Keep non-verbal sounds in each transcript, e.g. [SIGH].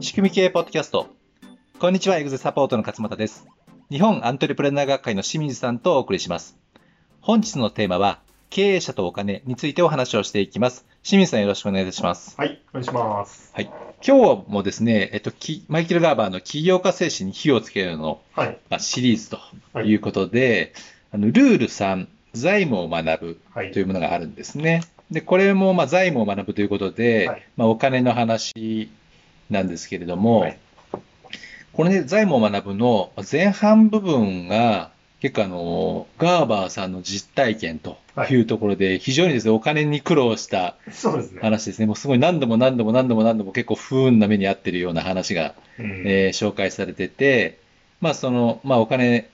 仕組み系ポッドキャスト。こんにちは、エグゼサポートの勝又です。日本アントレプレナー学会の清水さんとお送りします。本日のテーマは、経営者とお金についてお話をしていきます。清水さんよろしくお願いいたします。はい、お願いします。今日もですね、えっと、きマイケル・ガーバーの起業家精神に火をつけるのはい、まあシリーズということで、あのルール3、財務を学ぶはいとい、うものがあるんですね。で、これもまあ財務を学ぶということで、はいまあ、お金の話なんですけれども、はいこれね、財務を学ぶの前半部分が、結構あの、ガーバーさんの実体験というところで、非常にですね、お金に苦労したそうですね。話ですね。もうすごい何度も何度も何度も何度も結構不運な目に遭ってるような話がうんえー紹介されてて、まあそのまあ、お金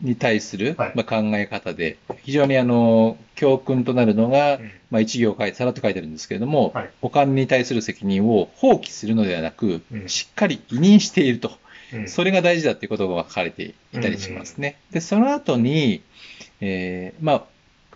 に対する、はいまあ、考え方で、非常にあの教訓となるのが、うんまあ、一行書いて、さらっと書いてあるんですけれども、はいお金に対する責任を放棄するのではなく、うんしっかり委任していると、うんそれが大事だということが書かれていたりしますね。で、その後に、えーま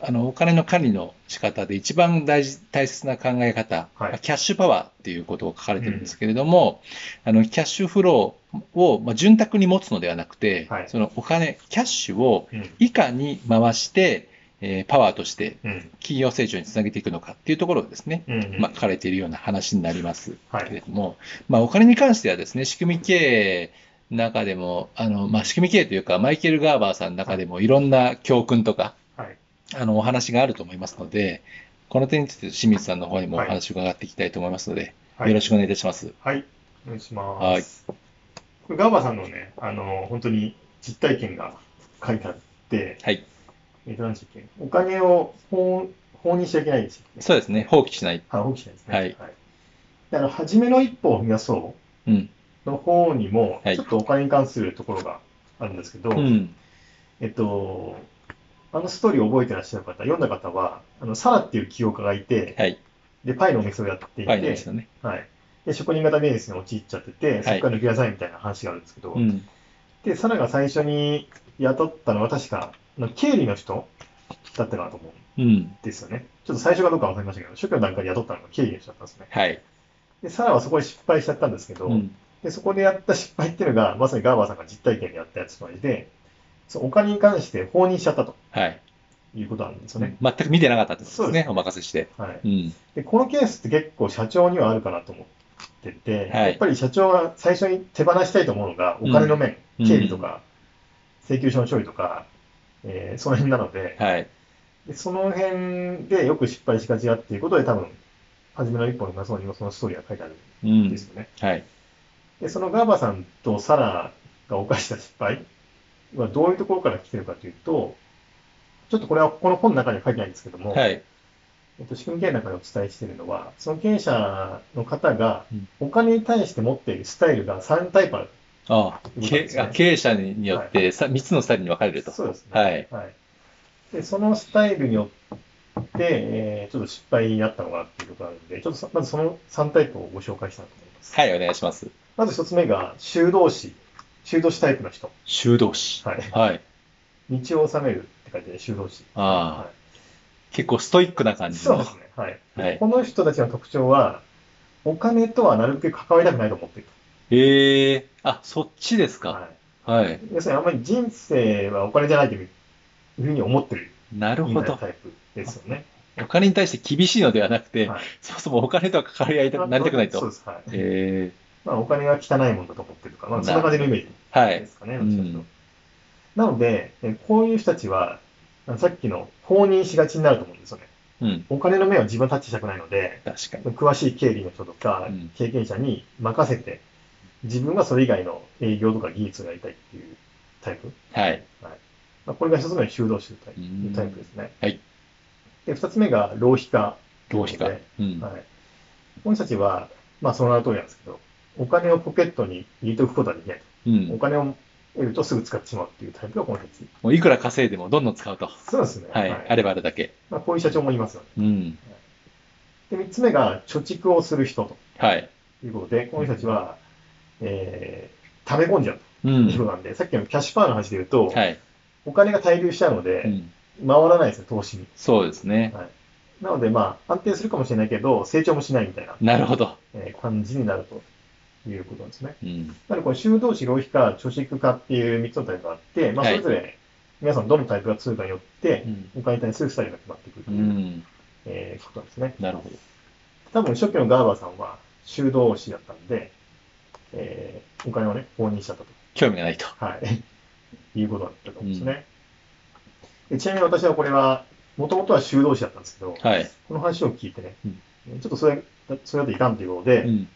あ、あのお金の管理の仕方で一番大事大切な考え方、はいキャッシュパワーっていうことを書かれてるんですけれども、あのキャッシュフローを、まあ、潤沢に持つのではなくて、はいそのお金、キャッシュをうんいかに回して、えーパワーとしてうん企業成長につなげていくのかっていうところをですね、うんまあ、書かれているような話になりますはけれい、ども、まあ、お金に関してはですね、仕組み経営の中でも、あのまあ、仕組み経営というか、マイケル・ガーバーさんの中でもいろんな教訓とか、はい、あのお話があると思いますので、この点について清水さんの方にもおはい話を伺っていきたいと思いますので、はいよろしくお願いいたします。はい、お願いします。これガーバーさんのね、あの、本当に実体験が書いてあって、はい、えっと、何でしたっけ、お金を法法にしちゃいけないでしたっけそうですね、放棄しない。あ、放棄しないですね。はいであの、初めの一歩を踏み出そうん、うの方にも、はいちょっとお金に関するところがあるんですけど、うん、えっと、あのストーリーを覚えてらっしゃる方、読んだ方は、あのサラっていう起業家がいて、はい、で、パイのお店をやっていファイナンスて、のね。はい。で、職人型ビジネスに陥っちゃってて、そこから抜け出さないみたいな話があるんですけど、うん、で、サラが最初に雇ったのは確か、あの経理の人だったかなと思うんうん、ですよね。ちょっと最初かどうか忘れましたけど、初期の段階で雇ったのが経理の人だったんですね。はい、で、サラはそこで失敗しちゃったんですけど、うん、で、そこでやった失敗っていうのが、まさにガーバーさんが実体験でやったやつと同じで、そうお金に関して放任しちゃったとはい。いうことなんですよね。全く見てなかったってことそでうすでね、お任せして。はい。うん、で、このケースって結構社長にはあるかなと思ってて、はいやっぱり社長が最初に手放したいと思うのが、お金の面、うん経理とか、請求書の処理とか、えーその辺なのではい、で、その辺でよく失敗しがちだっていうことで、多分、初めの一歩の画像にもそのストーリーが書いてあるうんでんす、よね。はい、で、そのガーバさんとサラが犯した失敗はどういうところから来てるかというと、ちょっとこれはこの本の中には書いてないんですけども、はい、えっと、仕組み経営の中でお伝えしているのは、その経営者の方がうん、お金に対して持っているスタイルが3タイプある。ああ、ということですけねあ経営者によってさ3つのスタイルに分かれると。そうですね。はい。はい。で、そのスタイルによって、えーちょっと失敗になったのがっていうことがあるので、ちょっとそまずその3タイプをご紹介したいと思います。はい、お願いします。まず1つ目が、修道士。修道士タイプの人。修道士。はい。はい。道を治めるって書いてある修道士。ああ、は、結構ストイックない感じそうので。すね。はい。はい。この人たちの特徴は、お金とはなるべく関わりたくないと思っている。ええあ、そっちですか。はい。はい。要するにあんまり人生はお金じゃないというふうに思ってるなるみほたいなど。タイプですよね。お金に対して厳しいのではなくて、はいそもそもお金とは関わり合いたなりたくないそうと。です。はい。えまあお金が汚いもんだと思ってるから、まあそんな感じのイメージえはでい。すかね。はいうんどちらかとなので、えこういう人たちは、あのさっきの放任しがちになると思うんですよね。うん。お金の面は自分はタッチしたくないので、確かに。詳しい経理の人とかうん、経験者に任せて、自分はそれ以外の営業とか技術をやりたいっていうタイプ。はい。まあ、これが一つ目の修道士のタイプういんうタイプですね。はい。で、二つ目が浪費家。浪費家ね。うん。はい。この人たちは、まあその名の通りなんですけど、お金をポケットに入れておくことはできない。うおん。金を得るとすぐ使ってしまうっていうタイプがこの人たち。もういくら稼いでもどんどん使うと。そうですね。はい。あればあるだけ。まあ、こういう社長もいますよね。うん。で、三つ目が貯蓄をする人とはい。いうことで、この人たちは、えー、溜め込んじゃううというこん。となんで、さっきのキャッシュパワーの話で言うと、はい。お金が滞留しちゃうので、うん。回らないですね、投資に。そうですね。なので、まあ、安定するかもしれないけど、成長もしないみたいな、なるほど。えー感じになるということなんですね。うん。なので、この修道士、浪費家、貯蓄家っていう3つのタイプがあって、まあ、はそいれぞれ皆さんどのタイプが通貨によってう、ん。お金に対するスタイルが決まってくるとういう、ん。えーことなんですね。なるほど。多分初期のガーバーさんは修道士だったんで、えーお金をね、放任しちゃったと。興味がないと。はい。 [LAUGHS] いうことだったと思うんですね。でちなみに私はこれは、もともとは修道士だったんですけど、はい。この話を聞いてね、うちょっとそれ、それだといかんということで、うん。えー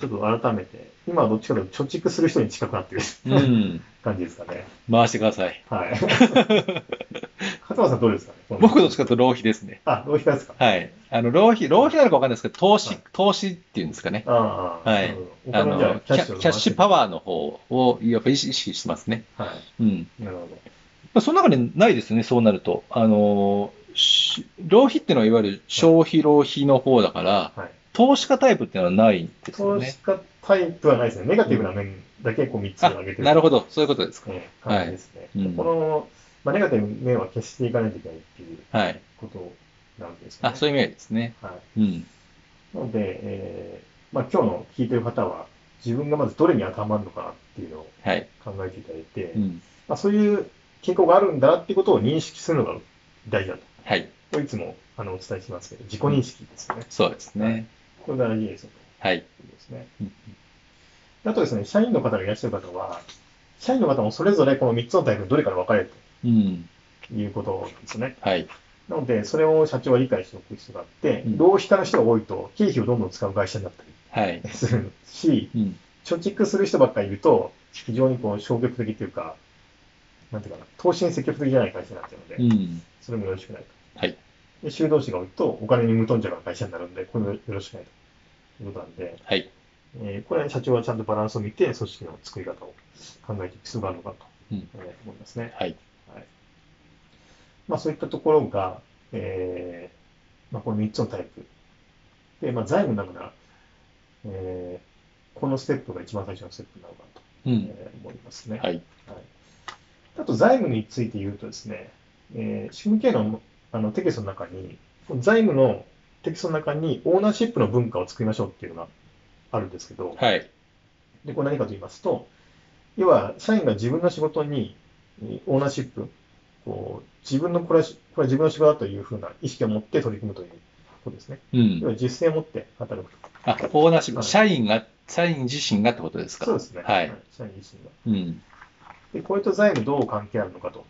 ちょっと改めて、今はどっちかというと貯蓄する人に近くなってるうん。感じですかね。回してください。 [LAUGHS] はい。加藤さんどうですかねこの僕どっちかというと浪費ですね。あ、浪費家ですかはい。あの、浪費、浪費なのかわかんないですけど、投資はい、投資っていうんですかね。ああ、はいなるあほどお金じゃあの、キャキャッシュパワワーの方を、やっぱ意識してますね。ー。はうん。い。なるほど。まあ、その中にないですね、そうなると。あのー、し浪費っていうのはいわゆる消費浪費の方だから、はい。投資家タイプっていうのはないんですよ投ね資。家タイプはないですね。ネガティブな面だけこう3つあに上げて、る。なるほど、そういうことですか。ええはい感じですね。うんこの、まあ、ネガティブ面は消していかないといけないっていうはい。ことなんですね。あ、そういう意味合いですね。はい。うん。なので、えーまあ、今日の聞いてる方は、自分がまずどれに当てはまるのかなっていうのをはい。考えていただいて、うん。まあ、そういう傾向があるんだなってことを認識するのが大事だと。はい。これいつもあのお伝えしますけど、自己認識ですよね。そうですね。これ大事ですよと。はい。ということですねうん。あとですね、社員の方がいらっしゃる方は、社員の方もそれぞれこの3つのタイプのどれから分かれるうん。ということなんですね。はい。なので、それを社長は理解しておく必要があって、うん浪費家の人が多いと、経費をどんどん使う会社になったはい。りするし、うん。貯蓄する人ばっかりいると、非常にこう消極的というか、なんていうかな、投資に積極的じゃない会社になっちゃうので、うん。それもよろしくないと。はい。で修道士が多いと、お金に無頓着な会社になるので、これもよろしくないということなんで、はい。えーこれは社長はちゃんとバランスを見て、組織の作り方を考えていく必要があるのかなとうんえー思いますね。はい。はいまあ、そういったところが、えーまあ、この3つのタイプ。で、まあ、財務の中なら、えーこのステップが一番最初のステップなのかなと、うん。えー思いますね。はい。あと、財務について言うとですね、えー、シム系のあのテキストの中に、この財務のテキストの中にオーナーシップの文化を作りましょうっていうのがあるんですけど、はい。で、これ何かと言いますと、要は、社員が自分の仕事に、えーオーナーシップ、こう、自分のこれは、これは自分の仕事だというふうな意識を持って取り組むということですね。う要ん。は、実践を持って働くと。あ、オーナーシップ、社員が、社員自身がってことですか。そうですね。はい。。社員自身が。うん。で、これと財務どう関係あるのかと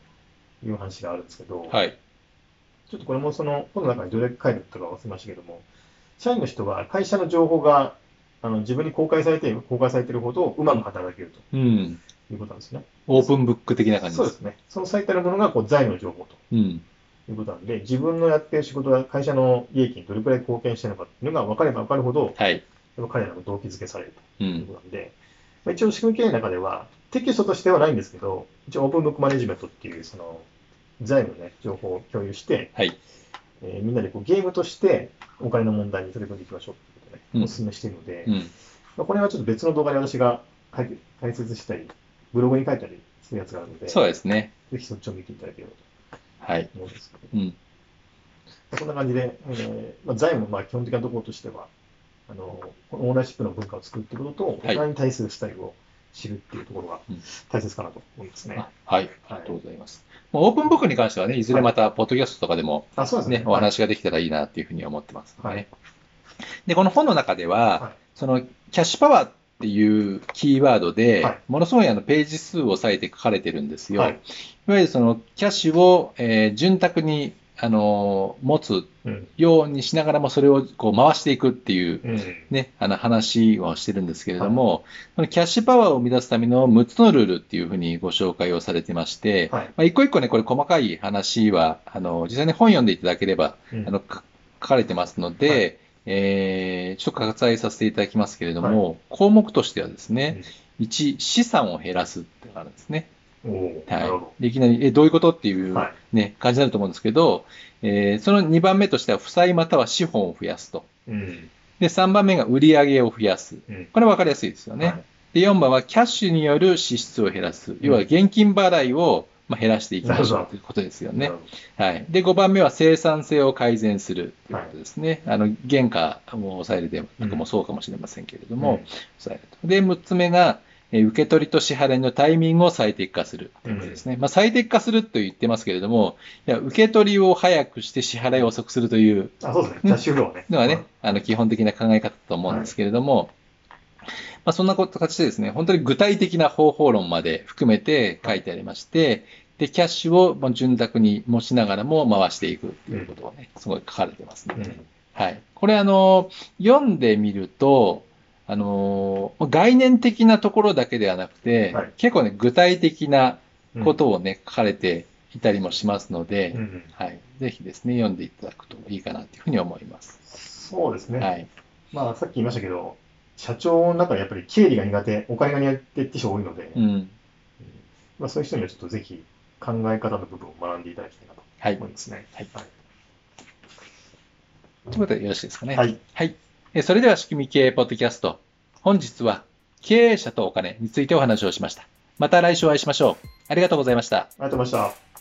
いう話があるんですけど、はい。ちょっとこれもその、本の中にどれ書いてあったか忘れましたけども、社員の人は会社の情報が、あの、自分に公開されている、公開されているほどうまく働けるうん。ということなんですね。オープンブック的な感じそうで。ですすね。その最たるものが、こう、財務の情報と。うん。ということなんで、自分のやってる仕事が会社の利益にどれくらい貢献してるのかっていうのが分かれば分かるほど、はい。やっぱ彼らも動機づけされるうというこん。となんで、まあ、一応仕組み経営の中では、テキストとしてはないんですけど、一応オープンブックマネジメントっていう、その、財務のね、情報を共有して、はい。えーみんなでこうゲームとしてお金の問題に取り組んでいきましょうっていうことで、うんお勧めしているので、うん。まあ、これはちょっと別の動画で私が解決解説したり、ブログに書いたりするやつがあるので、そうですね。ぜひそっちを見ていただければとはい。思うんですけど。うん。こんな感じで、えーまあ、財務、まあ、基本的なところとしては、あの、このオーナーシップの文化を作るってことと、おはい金に対するスタイルを知るっていうところがうん大切かなと思いますね。あはい。ありがとうございます。もうオープンブックに関してはね、いずれまた、ポッドキャストとかでもあ、そうですね。ね、お話ができたらいいなっていうふうに思ってますはねい。で、この本の中では、はいその、キャッシュパワーっていうキーワードはでい、ものすごいあのページ数を割いて書かれてるんですよ。はいいわゆるその、キャッシュを、えー潤沢に、あのー持つうん。ようにしながらも、それをこう回していくっていううん。ね、あの話をしてるんですけれども、このキャッシュパワーを生み出すための6つのルールっていうふうにご紹介をされてまして、はい。まあ、一個一個ね、これ細かい話は、あの、実際に本読んでいただければ、うんあの、か書かれてますので、はえーちょっと割愛させていただきますけれども、項目としてはですね、1、資産を減らすってのがあるんですね。うんおーはないるほど。でいきなり、え、どういうことっていう、はいね、感じになると思うんですけど、えーその2番目としては、負債または資本を増やすと。うん。で、3番目が売上を増やす。うん。これ分かりやすいですよね。はいで、4番はキャッシュによる支出を減らす。要は現金払いをまあ、減らしていきましょうということですよなねる。ほはい、で5番目は生産性を改善するということですね、あの原価も抑えるでもそうかもしれませんけれどども、抑えるとで6つ目が、えー受け取りと支払いのタイミングを最適化するということですね、まあ、最適化すると言ってますけれども、いや受け取りを早くして支払いを遅くするというあ、そうですね。キャッシュフローね。のはね、あの基本的な考え方だと思うんですけれども、まあ、そんなこと形でですね、本当に具体的な方法論まで含めて書いてありまして、で、キャッシュをまあ潤沢に持ちながらも回していくっていうことをね、すごい書かれてますね。うん。うんはい。これあの、読んでみると、あの、概念的なところだけではなくて、はい結構ね、具体的なうんことをね、書かれていたりもしますので、うんはい。ぜひですね、読んでいただくといいかなというふうに思います。そうですね。はい。まあ、さっき言いましたけど、社長の中でやっぱり経理が苦手、お金が苦手って人多いので、うん。まあ、そういう人にはちょっとぜひ考え方の部分を学んでいただきたいなとはい思。いますね。はい。ということでよろしいですかね。はい。はい。えーそれでは仕組み経営ポッドキャスト。本日は経営者とお金についてお話をしました。また来週お会いしましょう。ありがとうございました。ありがとうございました。